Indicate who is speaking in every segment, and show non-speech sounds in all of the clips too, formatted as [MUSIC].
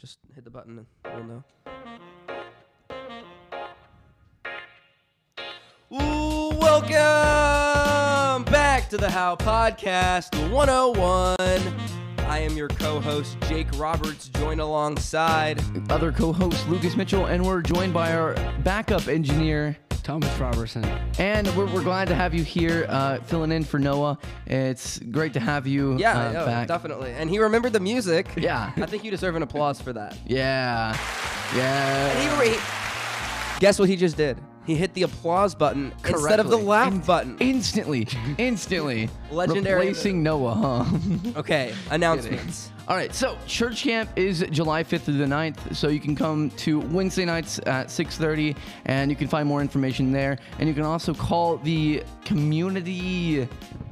Speaker 1: Just hit the button and we'll know. Ooh, welcome back to the How Podcast 101. I am your co-host Jake Roberts, joined alongside
Speaker 2: Other co host Lucas Mitchell, and we're joined by our backup engineer.
Speaker 3: Thomas Robertson.
Speaker 2: And we're, we're glad to have you here uh, filling in for Noah. It's great to have you
Speaker 1: yeah,
Speaker 2: uh,
Speaker 1: yeah,
Speaker 2: back.
Speaker 1: definitely, and he remembered the [LAUGHS] music.
Speaker 2: Yeah.
Speaker 1: I think you deserve an applause for that.
Speaker 2: Yeah. Yeah.
Speaker 1: And he- he- guess what he just did? He hit the applause button instead of the
Speaker 2: Correctly.
Speaker 1: laugh
Speaker 2: In-
Speaker 1: button.
Speaker 2: Instantly. Instantly.
Speaker 1: [LAUGHS] Legendary
Speaker 2: Replacing Noah, huh? [LAUGHS]
Speaker 1: Okay, announcements.
Speaker 2: All right, so church camp is July 5th through the 9th, so you can come to Wednesday nights at 6:30 and you can find more information there and you can also call the community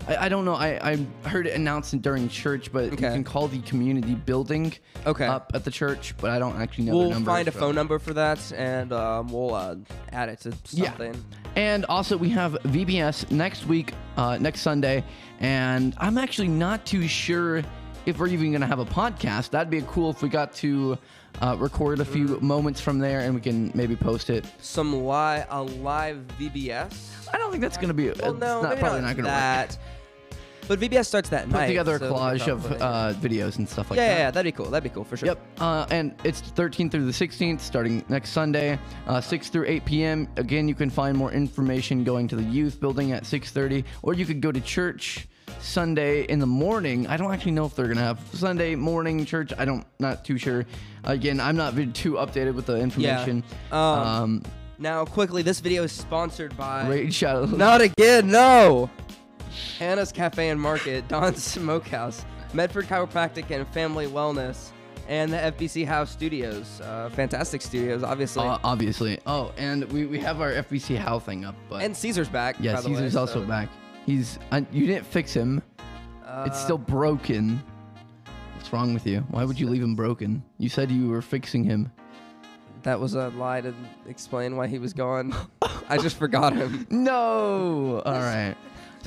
Speaker 2: I, I don't know. I, I heard it announced during church, but
Speaker 1: Okay.
Speaker 2: you can call the community building
Speaker 1: Okay.
Speaker 2: up at the church, but I don't actually know the
Speaker 1: We'll
Speaker 2: number.
Speaker 1: find a
Speaker 2: so-
Speaker 1: phone number for that, and um, we'll uh, add it to something.
Speaker 2: And also, we have VBS next week, uh, next Sunday. And I'm actually not too sure if we're even going to have a podcast. That'd be cool if we got to uh, record a few
Speaker 1: Mm.
Speaker 2: moments from there and we can maybe post it.
Speaker 1: Some live, a live VBS.
Speaker 2: I don't think that's going to be,
Speaker 1: Well,
Speaker 2: Uh, it's
Speaker 1: no,
Speaker 2: not,
Speaker 1: maybe
Speaker 2: probably
Speaker 1: not
Speaker 2: not going to work.
Speaker 1: that. But VBS starts that
Speaker 2: Put
Speaker 1: night.
Speaker 2: together a
Speaker 1: so we could
Speaker 2: collage of
Speaker 1: probably-
Speaker 2: uh, videos and stuff like
Speaker 1: yeah,
Speaker 2: that.
Speaker 1: yeah, yeah, that'd be cool. That'd be cool for sure.
Speaker 2: Yep. Uh, and it's 13th through the 16th, starting next Sunday, uh, 6 through 8 p.m. Again, you can find more information going to the youth building at 6:30, or you could go to church Sunday in the morning. I don't actually know if they're gonna have Sunday morning church. I don't, not too sure. Again, I'm not been too updated with the information.
Speaker 1: Um,
Speaker 2: um,
Speaker 1: Now, quickly, this video is sponsored by.
Speaker 2: Raid
Speaker 1: [LAUGHS]
Speaker 2: Shadow.
Speaker 1: Not again, no! Hannah's Cafe and Market, [LAUGHS] Don's Smokehouse, Medford Chiropractic and Family Wellness, and the FBC House Studios. Uh, fantastic studios, obviously.
Speaker 2: Uh, obviously. Oh, and we, we have our FBC How thing up, but
Speaker 1: and Caesar's back. by
Speaker 2: yeah,
Speaker 1: the way,
Speaker 2: Caesar's also
Speaker 1: so,
Speaker 2: back. He's I, you didn't fix him.
Speaker 1: uh,
Speaker 2: It's still broken. What's wrong with you? Why would you leave him broken? You said you were fixing him.
Speaker 1: That was a lie to explain why he was
Speaker 2: [LAUGHS]
Speaker 1: gone. I just forgot him.
Speaker 2: No. All right.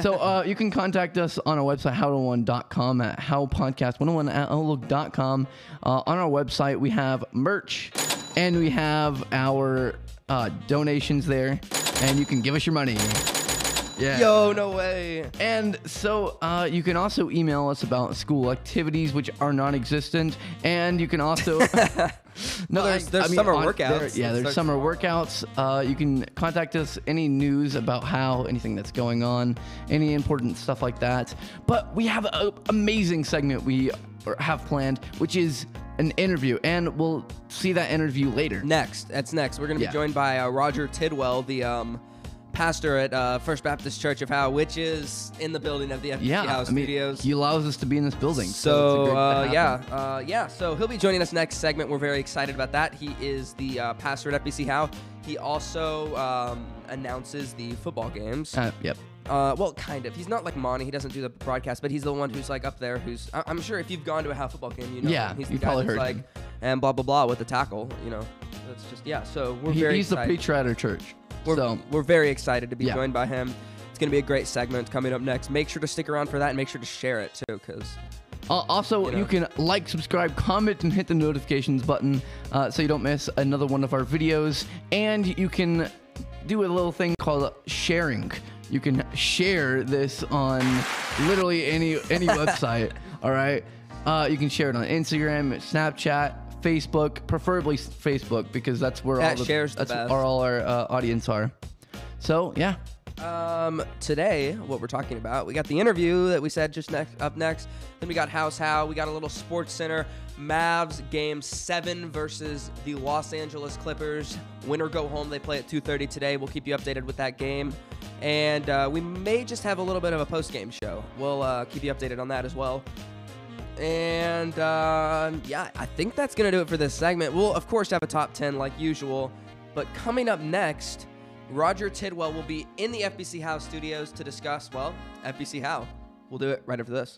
Speaker 2: So uh, you can contact us on our website, how101.com, at howpodcast101 at outlook.com. Uh, on our website, we have merch and we have our uh, donations there, and you can give us your money. Yeah.
Speaker 1: Yo, no way.
Speaker 2: And so uh, you can also email us about school activities which are non-existent, and you
Speaker 1: [LAUGHS]
Speaker 2: can also [LAUGHS] no,
Speaker 1: there's- there's summer workouts.
Speaker 2: there- yeah,
Speaker 1: It
Speaker 2: there's
Speaker 1: starts
Speaker 2: summer
Speaker 1: tomorrow.
Speaker 2: workouts. Uh, you can contact us any news about how anything that's going on, any important stuff like that. But we have an amazing segment we are- have planned, which is an interview, and we'll see that interview later.
Speaker 1: Next, that's next. We're gonna be
Speaker 2: Yeah.
Speaker 1: joined by uh, Roger Tidwell, the um, pastor at uh, First Baptist Church of Howe, which is in the building of the FBC
Speaker 2: Yeah,
Speaker 1: House
Speaker 2: I mean,
Speaker 1: Studios.
Speaker 2: he allows us to be in this building.
Speaker 1: So,
Speaker 2: it's a great-
Speaker 1: uh,
Speaker 2: that
Speaker 1: yeah,
Speaker 2: happened.
Speaker 1: uh, yeah. So he'll be joining us next segment. We're very excited about that. He is the uh, pastor at FBC Howe. He also um, announces the football games.
Speaker 2: Uh, yep.
Speaker 1: Uh, well, kind of. He's not like Monty. He doesn't do the broadcast, but he's the one who's like up there. Who's I- I'm sure if you've gone to a Howe football game, you know.
Speaker 2: Yeah,
Speaker 1: him. he's
Speaker 2: you've
Speaker 1: the guy
Speaker 2: probably
Speaker 1: who's
Speaker 2: heard
Speaker 1: like
Speaker 2: him.
Speaker 1: and blah blah blah with the tackle. You know, that's just yeah. So we're
Speaker 2: He-
Speaker 1: very
Speaker 2: he's the
Speaker 1: excited.
Speaker 2: preacher at our church.
Speaker 1: We're,
Speaker 2: so
Speaker 1: we're very excited to be
Speaker 2: Yeah.
Speaker 1: joined by him. It's gonna be a great segment coming up next. Make sure to stick around for that and make sure to share it too, because
Speaker 2: uh, also,
Speaker 1: you
Speaker 2: you,
Speaker 1: know.
Speaker 2: can like, subscribe, comment, and hit the notifications button uh, so you don't miss another one of our videos. And you can do a little thing called sharing. You can share this on literally any
Speaker 1: [LAUGHS]
Speaker 2: any website. All right, uh, you can share it on Instagram, Snapchat, Facebook, preferably s- Facebook because that's where
Speaker 1: That
Speaker 2: all the,
Speaker 1: shares the
Speaker 2: that's
Speaker 1: best.
Speaker 2: where all our uh, audience are. So yeah,
Speaker 1: Um, today, what we're talking about, we got the interview that we said just next up next. Then we got House How. We got a little Sports Center Mavs game seven versus the Los Angeles Clippers. Win or go home. They play at 2:30 today. We'll keep you updated with that game, and uh, we may just have a little bit of a post game show. We'll uh, keep you updated on that as well. And um, yeah, I think that's going to do it for this segment. We'll, of course, have a top 10 like usual. But coming up next, Roger Tidwell will be in the FBC How studios to discuss, well, FBC How. We'll do it right after this.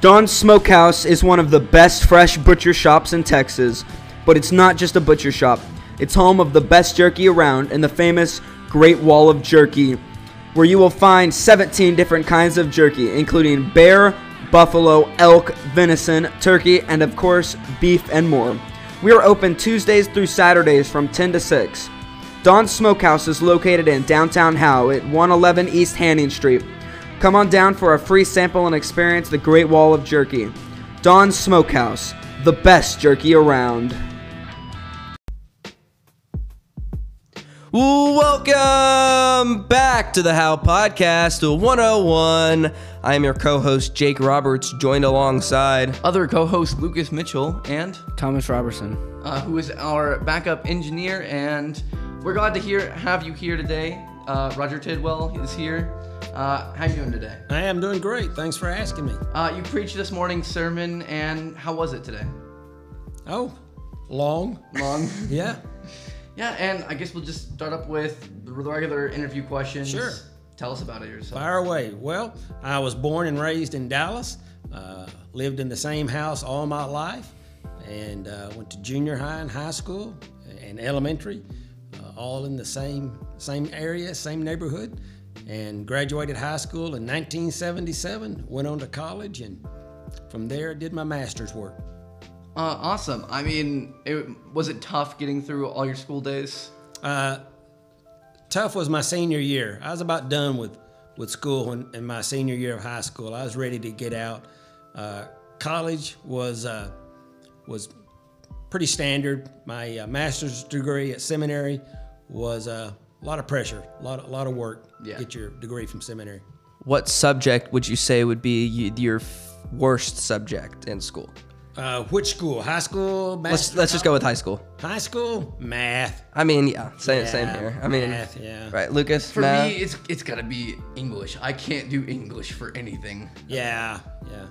Speaker 1: Don's Smokehouse is one of the best fresh butcher shops in Texas, but it's not just a butcher shop. It's home of the best jerky around and the famous Great Wall of Jerky, where you will find 17 different kinds of jerky, including bear,
Speaker 3: buffalo, elk, venison, turkey, and of course, beef and more. We are open Tuesdays through Saturdays from 10 to 6. Don's Smokehouse is located in downtown Howe at 111 East Hanning Street. Come on down for a free sample and experience the Great Wall of Jerky. Don's Smokehouse, the best jerky around.
Speaker 1: Welcome back to the How Podcast 101. I am your co host, Jake Roberts, joined alongside.
Speaker 2: Other co-host Lucas Mitchell and
Speaker 3: Thomas Robertson.
Speaker 2: uh, who is our backup engineer, and we're glad to hear have you here today. Uh, Roger Tidwell is here. Uh, how you doing today?
Speaker 4: I am doing great. Thanks for asking me.
Speaker 2: Uh, you preached this morning's sermon, and how was it today?
Speaker 4: Oh, long.
Speaker 2: Long.
Speaker 4: Yeah.
Speaker 2: [LAUGHS] yeah, and I guess we'll just start up with the regular interview questions.
Speaker 4: Sure.
Speaker 2: Tell us about it yourself.
Speaker 4: Fire away. Well, I was born and raised in Dallas, uh, lived in the same house all my life, and uh, went to junior high and high school and elementary, uh, all in the same same area, same neighborhood, and graduated high school in 1977. Went on to college, and from there did my master's work.
Speaker 2: Uh, awesome. I mean, it, was it tough getting through all your school days?
Speaker 4: Uh, tough was my senior year. I was about done with, with school in, in my senior year of high school. I was ready to get out. Uh, college was uh, was pretty standard. My uh, master's degree at seminary was uh, a lot of pressure, a lot, a lot of work. to
Speaker 2: Yeah.
Speaker 4: Get your degree from seminary.
Speaker 1: What subject would you say would be y- your f- worst subject in school?
Speaker 4: Uh, which school? High school?
Speaker 1: Let's,
Speaker 4: Master's?
Speaker 1: let's just go with high school.
Speaker 4: High school? Math.
Speaker 1: I mean, yeah, same, same
Speaker 4: Yeah,
Speaker 1: here. I mean,
Speaker 4: math, yeah.
Speaker 1: right, Lucas,
Speaker 2: For
Speaker 1: math?
Speaker 2: me, it's it's gotta be English. I can't do English for anything.
Speaker 4: Yeah, yeah.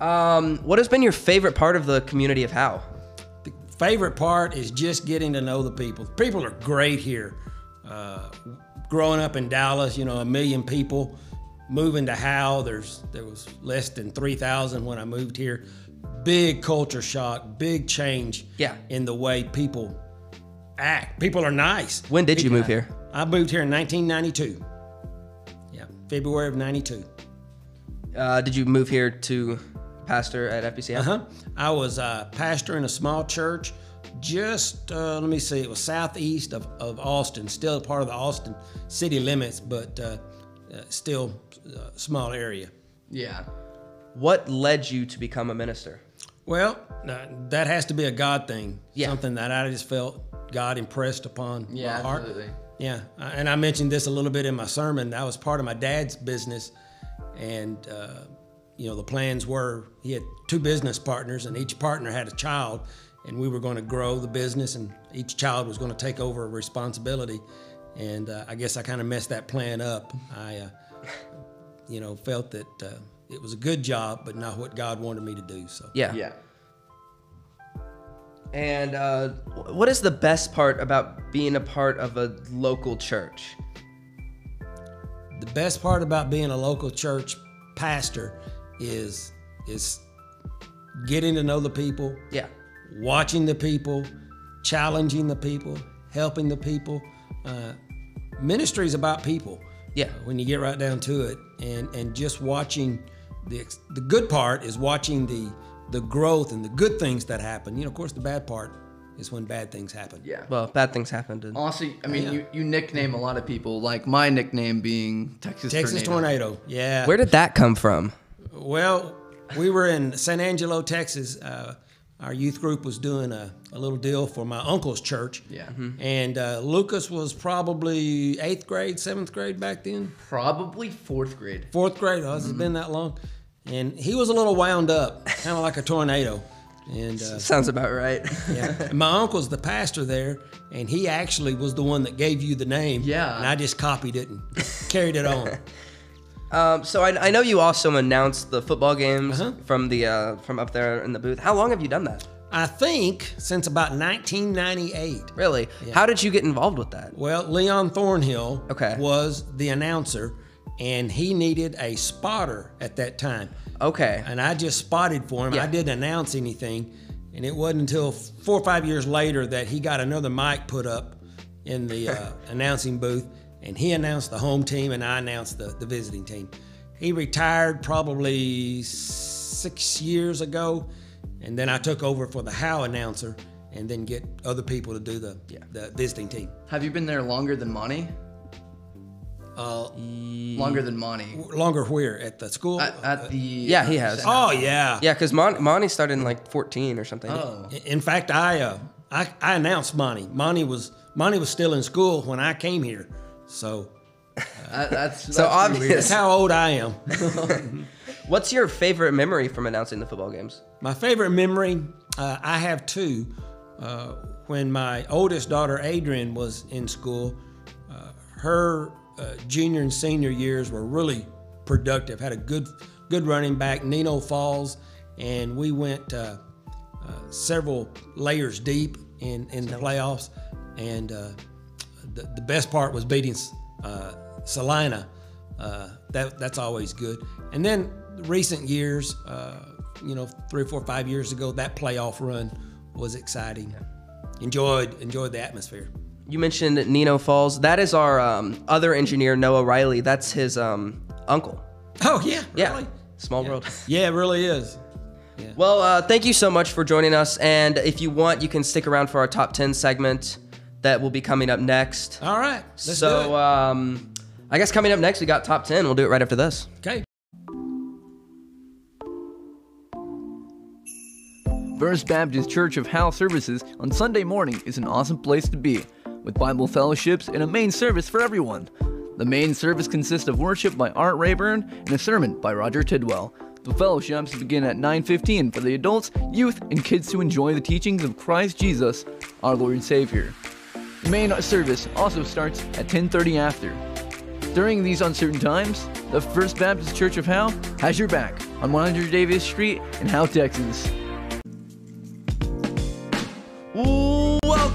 Speaker 1: Um, what has been your favorite part of the community of How?
Speaker 4: The favorite part is just getting to know the people. People are great here. Uh, growing up in Dallas, you know, a million people. Moving to Howe, there's there was less than three thousand when I moved here. Big culture shock, big change.
Speaker 1: Yeah.
Speaker 4: In the way people act. People are nice.
Speaker 1: When did you move here?
Speaker 4: I moved here in 1992. Yeah, February of '92.
Speaker 1: Uh, did you move here to pastor at FBC?
Speaker 4: Uh huh. I was a pastor in a small church, just uh, let me see, it was southeast of, of Austin, still part of the Austin city limits, but uh, uh, still uh, small area.
Speaker 2: Yeah.
Speaker 1: What led you to become a minister?
Speaker 4: Well, uh, that has to be a God thing.
Speaker 1: Yeah.
Speaker 4: Something that I just felt God impressed upon
Speaker 2: Yeah.
Speaker 4: my heart.
Speaker 2: Absolutely.
Speaker 4: Yeah, uh, and I mentioned this a little bit in my sermon. I was part of my dad's business, and uh, you know the plans were he had two business partners, and each partner had a child, and we were going to grow the business, and each child was going to take over a responsibility. And uh, I guess I kind of messed that plan up. I, uh, you know, felt that uh, it was a good job, but not what God wanted me to do. So
Speaker 1: Yeah.
Speaker 2: Yeah.
Speaker 1: And uh, wh- what is the best part about being a part of a local church?
Speaker 4: the best part about being a local church pastor is is getting to know the people
Speaker 1: Yeah.
Speaker 4: watching the people, challenging the people, helping the people. Uh, ministry is about people. uh,
Speaker 1: Yeah.
Speaker 4: When you get right down to it, and and just watching the ex- the good part is watching the the growth and the good things that happen. You know, of course, the bad part is when bad things happen.
Speaker 2: Yeah.
Speaker 1: Well, bad things happened. and-
Speaker 4: Uh,
Speaker 2: Also, I mean, you, you nickname a lot of people. Like my nickname being Texas,
Speaker 4: Texas
Speaker 2: Tornado.
Speaker 4: tornado. Yeah.
Speaker 1: Where did that come from?
Speaker 4: uh-huh. Well, we were in San Angelo, Texas. Uh, our youth group was doing a, a little deal for my uncle's church.
Speaker 2: Yeah.
Speaker 4: And uh, Lucas was probably eighth grade, seventh grade back then,
Speaker 2: Probably fourth grade.
Speaker 4: fourth grade. Oh, it's been that long. And he was a little wound up, kind of like a tornado. And uh,
Speaker 1: Sounds about right.
Speaker 4: yeah. my uncle's the pastor there, and he actually was the one that gave you the name.
Speaker 2: Yeah.
Speaker 4: And I just copied it and carried it on.
Speaker 1: [LAUGHS] um, so I, I know you also announced the football games
Speaker 4: Uh-huh.
Speaker 1: from the uh, from up there in the booth. How long have you done that?
Speaker 4: I think since about 1998.
Speaker 1: Really? How did you get involved with that?
Speaker 4: Well, Leon Thornhill
Speaker 1: Okay.
Speaker 4: was the announcer, and he needed a spotter at that time.
Speaker 1: Okay.
Speaker 4: And I just spotted for him.
Speaker 1: Yeah.
Speaker 4: I didn't announce anything. And it wasn't until four or five years later that he got another mic put up
Speaker 1: [LAUGHS]
Speaker 4: in the uh, announcing booth, and he announced the home team, and I announced the, the visiting team. He retired probably six years ago, and then I took over for the How announcer, and then get other people to do the the visiting team.
Speaker 2: Have you been there longer than Monty?
Speaker 4: Uh,
Speaker 2: Longer than Monty.
Speaker 4: longer where at the school?
Speaker 2: At, at the
Speaker 1: Yeah, he has.
Speaker 4: oh yeah.
Speaker 1: Yeah, because Mon- Monty started in like 14 or something.
Speaker 2: Oh.
Speaker 4: In- In fact, I, uh, I I announced Monty. Monty was Monty was still in school when I came here, so
Speaker 2: That, that's
Speaker 1: So
Speaker 2: that's pretty
Speaker 1: obvious.
Speaker 2: weird.
Speaker 4: that's how old I am.
Speaker 1: [LAUGHS]
Speaker 4: [LAUGHS]
Speaker 1: What's your favorite memory from announcing the football games?
Speaker 4: My favorite memory, uh, I have two. Uh, when my oldest daughter Adrian was in school, uh, her uh, junior and senior years were really productive. Had a good good running back, Nino Falls, and we went uh, uh, several layers deep in in the playoffs. And uh, the, the best part was beating uh, Salina. Uh, that that's always good. And then recent years, uh, you know, three, four, five years ago, that playoff run was exciting. Enjoyed enjoyed the atmosphere.
Speaker 1: You mentioned Nino Falls. That is our um, other engineer, Noah Riley. That's his um, uncle.
Speaker 4: Oh yeah,
Speaker 1: Yeah.
Speaker 4: really?
Speaker 1: Small world.
Speaker 4: yeah, it really is.
Speaker 1: Well, uh, thank you so much for joining us. And if you want, you can stick around for our top 10 segment that will be coming up next.
Speaker 4: All right, let's do
Speaker 1: so,
Speaker 4: it.
Speaker 1: um, I guess coming up next, we got top 10. We'll do it right after this.
Speaker 4: okay.
Speaker 2: First Baptist Church of Howe services on Sunday morning is an awesome place to be, with Bible fellowships and a main service for everyone. The main service consists of worship by Art Rayburn and a sermon by Roger Tidwell. The fellowships begin at 9:15 for the adults, youth, and kids to enjoy the teachings of Christ Jesus, our Lord and Savior. The main service also starts at 10:30 after. During these uncertain times, the First Baptist Church of Howe has your back on 100 Davis Street in Howe, Texas.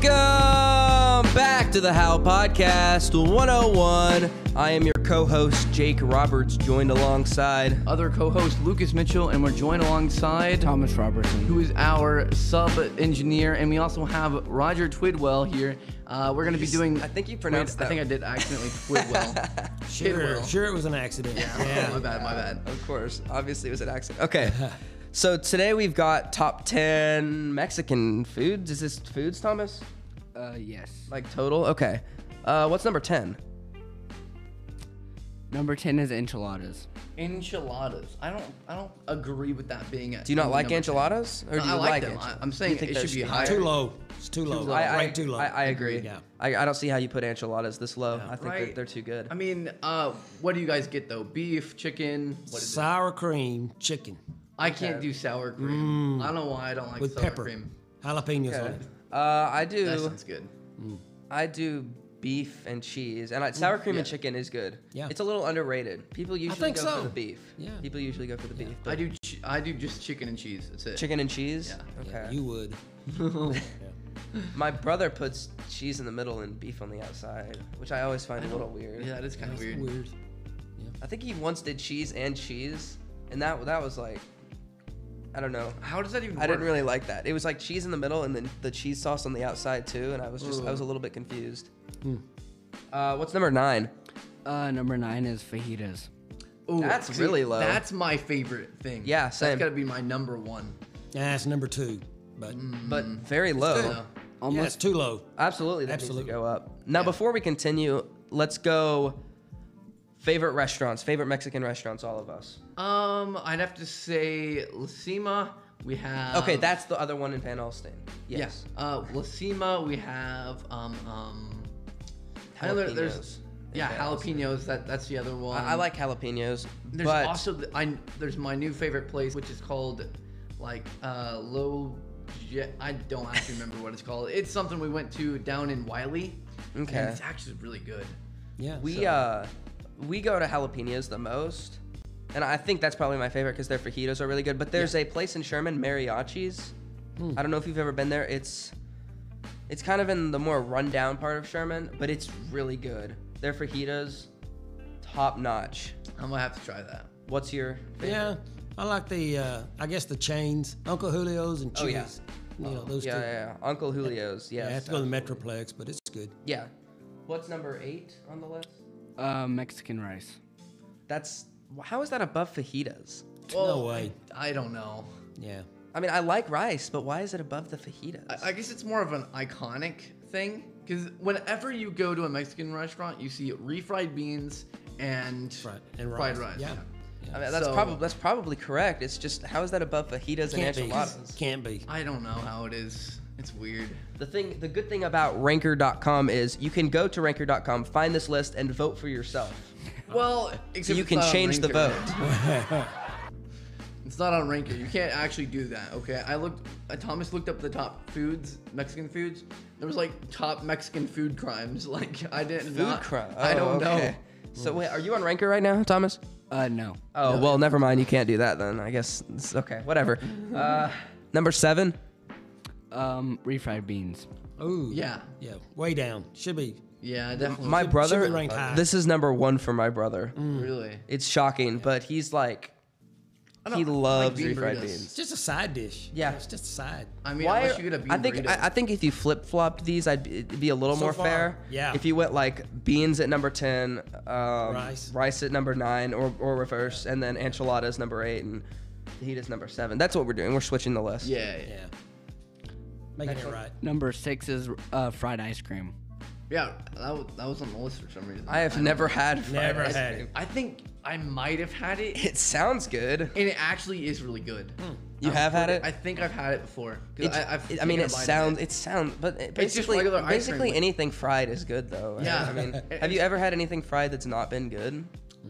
Speaker 1: Welcome back to the How Podcast 101. I am your co host, Jake Roberts, joined alongside.
Speaker 2: other co-host Lucas Mitchell, and we're joined alongside
Speaker 5: Thomas Robertson.
Speaker 2: who is our sub engineer, and we also have Roger Twidwell here. Uh, we're going to be doing.
Speaker 1: I think you pronounced
Speaker 2: Wait,
Speaker 1: that-
Speaker 2: I think I did
Speaker 1: [LAUGHS]
Speaker 2: accidentally Twidwell.
Speaker 4: Sure,
Speaker 2: Tidwell.
Speaker 4: sure, it was an accident.
Speaker 2: Yeah, my bad, my bad.
Speaker 1: Of course. Obviously, it was an accident.
Speaker 2: [LAUGHS]
Speaker 1: Okay. so today we've got top 10 Mexican foods. Is this foods, Thomas?
Speaker 5: Uh, yes.
Speaker 1: Like total? Okay. Uh, what's number 10?
Speaker 5: Number ten is enchiladas.
Speaker 2: Enchiladas. I don't. I don't agree with that being.
Speaker 1: Do you not like enchiladas? Or
Speaker 2: No,
Speaker 1: do you
Speaker 2: I like them.
Speaker 1: enchiladas?
Speaker 2: I- I'm saying
Speaker 1: You think
Speaker 2: it
Speaker 1: they're
Speaker 2: should be
Speaker 1: [LAUGHS] sweet?
Speaker 2: higher.
Speaker 4: Too low. It's too low.
Speaker 1: I, I,
Speaker 4: right, too low.
Speaker 1: I, I agree.
Speaker 4: Yeah.
Speaker 1: I, I don't see how you put enchiladas this low. I think they're,
Speaker 2: Right.
Speaker 1: they're too good.
Speaker 2: I mean, uh, what do you guys get though? Beef, chicken. What is it?
Speaker 4: Sour cream chicken
Speaker 2: I can't do sour cream. I don't know why I don't like
Speaker 4: with
Speaker 2: sour
Speaker 4: pepper,
Speaker 2: cream.
Speaker 4: jalapenos on
Speaker 1: Okay.
Speaker 4: it.
Speaker 1: Uh, I
Speaker 2: That
Speaker 1: do.
Speaker 2: sounds good.
Speaker 1: I do beef and cheese, and I, sour cream and
Speaker 2: yeah.
Speaker 1: chicken is good.
Speaker 4: Mm, Yeah.
Speaker 1: It's a little underrated. People usually
Speaker 4: think
Speaker 1: go
Speaker 4: so.
Speaker 1: for the beef.
Speaker 4: Yeah.
Speaker 1: People usually go for the beef.
Speaker 2: I
Speaker 1: but
Speaker 2: do. Ch- I do just chicken and cheese. That's it.
Speaker 1: chicken and cheese.
Speaker 4: Yeah,
Speaker 1: Okay.
Speaker 4: you would.
Speaker 1: My brother puts cheese in the middle and beef on the outside, which I always find a little weird.
Speaker 2: Yeah, that is kind of weird.
Speaker 4: Weird.
Speaker 1: I think he once did cheese and cheese, and that that was like, I don't know.
Speaker 2: How does that even?
Speaker 1: I didn't
Speaker 2: work?
Speaker 1: really like that. It was like cheese in the middle and then the cheese sauce on the outside too, and I was just I was a little bit confused. Uh, what's number nine?
Speaker 5: Uh, number nine is fajitas.
Speaker 2: Ooh,
Speaker 1: That's really low.
Speaker 2: That's my favorite thing.
Speaker 1: Yeah, same.
Speaker 2: That's gotta be my number one.
Speaker 4: Yeah, it's number two, but
Speaker 1: But very low.
Speaker 2: No.
Speaker 4: yeah, it's
Speaker 5: Almost
Speaker 4: too low.
Speaker 1: Absolutely, that needs
Speaker 4: Absolutely.
Speaker 1: to go up. Now, before we continue, let's go. Favorite restaurants, favorite Mexican restaurants, all of us.
Speaker 2: Um, I'd have to say Lacima. We have.
Speaker 1: Okay, that's the other one in Van Alstine. Yes.
Speaker 2: Yes. Uh, Lacima. We have um um. I know there-
Speaker 1: Jalapenos
Speaker 2: there's. Yeah,
Speaker 1: Van Alstine.
Speaker 2: jalapenos. That that's the other one.
Speaker 1: I, I like jalapenos,
Speaker 2: There's
Speaker 1: but
Speaker 2: also the, I there's my new favorite place, which is called like uh low. Je- I don't
Speaker 1: [LAUGHS]
Speaker 2: actually remember what it's called. It's something we went to down in Wiley. and
Speaker 1: Okay.
Speaker 2: it's actually really good.
Speaker 4: Yeah.
Speaker 1: we
Speaker 4: so-
Speaker 1: uh we go to jalapenos the most, and I think that's probably my favorite because their fajitas are really good. But there's a place in Sherman, Mariachis.
Speaker 4: Hmm.
Speaker 1: I don't know if you've ever been there. It's it's kind of in the more rundown part of Sherman, but it's really good. Their fajitas, top notch.
Speaker 2: I'm gonna have to try that.
Speaker 1: What's your favorite?
Speaker 4: Yeah, I like the uh, I guess the chains, Uncle Julio's and
Speaker 1: Oh, yeah.
Speaker 4: Chili's. You know those
Speaker 1: Yeah,
Speaker 4: two.
Speaker 1: yeah, yeah. Uncle Julio's.
Speaker 4: I have
Speaker 1: Yes.
Speaker 4: to go to the Metroplex, but it's good.
Speaker 1: yeah. What's number eight on the list?
Speaker 5: uh, Mexican rice.
Speaker 1: That's How is that above fajitas?
Speaker 4: No way.
Speaker 2: I don't know.
Speaker 4: Yeah.
Speaker 1: I mean, I like rice, but why is it above the fajitas?
Speaker 2: I, I guess it's more of an iconic thing because whenever you go to a Mexican restaurant, you see refried beans and,
Speaker 4: Right, and
Speaker 2: fried
Speaker 4: rice.
Speaker 2: rice.
Speaker 4: Yeah.
Speaker 1: I mean, that's
Speaker 2: So-
Speaker 1: probably that's probably correct. It's just how is that above fajitas and
Speaker 4: Can't
Speaker 1: enchiladas?
Speaker 4: be. Can't be.
Speaker 2: I don't know how it is. It's weird.
Speaker 1: [LAUGHS] The thing, the good thing about Ranker.com is you can go to Ranker.com, find this list, and vote for yourself.
Speaker 2: Well, except
Speaker 1: you
Speaker 2: it's
Speaker 1: can
Speaker 2: not on
Speaker 1: change the
Speaker 2: Ranker.
Speaker 1: vote.
Speaker 2: It's not on Ranker. You can't actually do that. Okay, I looked. Uh, Thomas looked up the top foods, Mexican foods. There was like top Mexican food crimes. [LAUGHS] Like I didn't.
Speaker 1: Food crime.
Speaker 2: I
Speaker 1: Oh,
Speaker 2: don't
Speaker 1: okay. So wait, are you on Ranker right now, Thomas?
Speaker 5: Uh, no.
Speaker 1: Oh well, never mind. You can't do that then. I guess it's okay. Whatever. Uh, number seven.
Speaker 5: Um, refried beans.
Speaker 4: Ooh.
Speaker 2: Yeah.
Speaker 4: Yeah. Way down. Should be.
Speaker 2: Yeah, definitely.
Speaker 1: My
Speaker 4: should
Speaker 1: brother.
Speaker 4: be ranked high.
Speaker 1: This is number one for my brother.
Speaker 2: really.
Speaker 1: It's shocking, but he's like,
Speaker 2: I don't-
Speaker 1: he
Speaker 2: I like
Speaker 1: loves
Speaker 2: bean
Speaker 1: refried
Speaker 2: burritos.
Speaker 1: beans.
Speaker 4: It's just a side dish.
Speaker 1: Yeah.
Speaker 4: It's just a side.
Speaker 2: I mean,
Speaker 1: Why
Speaker 2: unless
Speaker 1: are-
Speaker 2: you get a bean
Speaker 1: I think
Speaker 2: burrito.
Speaker 1: I, I think if you flip flopped these, I'd be, it'd be a little
Speaker 4: So
Speaker 1: more
Speaker 4: far,
Speaker 1: fair.
Speaker 4: yeah.
Speaker 1: If you went like beans at number ten, um,
Speaker 4: Rice.
Speaker 1: at number nine, or or reverse, and then enchiladas number eight, and fajitas number seven. That's what we're doing. We're switching the list.
Speaker 2: yeah, yeah.
Speaker 4: Yeah. Making it right.
Speaker 5: Number six is uh, fried ice cream.
Speaker 2: Yeah, that, wa- that was on the list for some reason.
Speaker 1: I have never had. Fried
Speaker 4: Never
Speaker 1: ice
Speaker 4: had
Speaker 1: cream.
Speaker 2: I think I might have had it,
Speaker 1: It sounds good.
Speaker 2: and it actually is really good.
Speaker 1: You
Speaker 2: I've
Speaker 1: have had
Speaker 2: heard
Speaker 1: it?
Speaker 2: I think I've had it before. 'cause
Speaker 1: It-
Speaker 2: I, I've
Speaker 1: it- I mean,
Speaker 2: taken
Speaker 1: it
Speaker 2: a bite of
Speaker 1: sounds it sounds, but it
Speaker 2: It's just
Speaker 1: basically
Speaker 2: regular ice cream
Speaker 1: basically
Speaker 2: with-
Speaker 1: anything fried is good though. right?
Speaker 2: Yeah.
Speaker 1: I
Speaker 2: [LAUGHS]
Speaker 1: mean,
Speaker 2: It-
Speaker 1: have you
Speaker 2: it's-
Speaker 1: ever had anything fried that's not been good?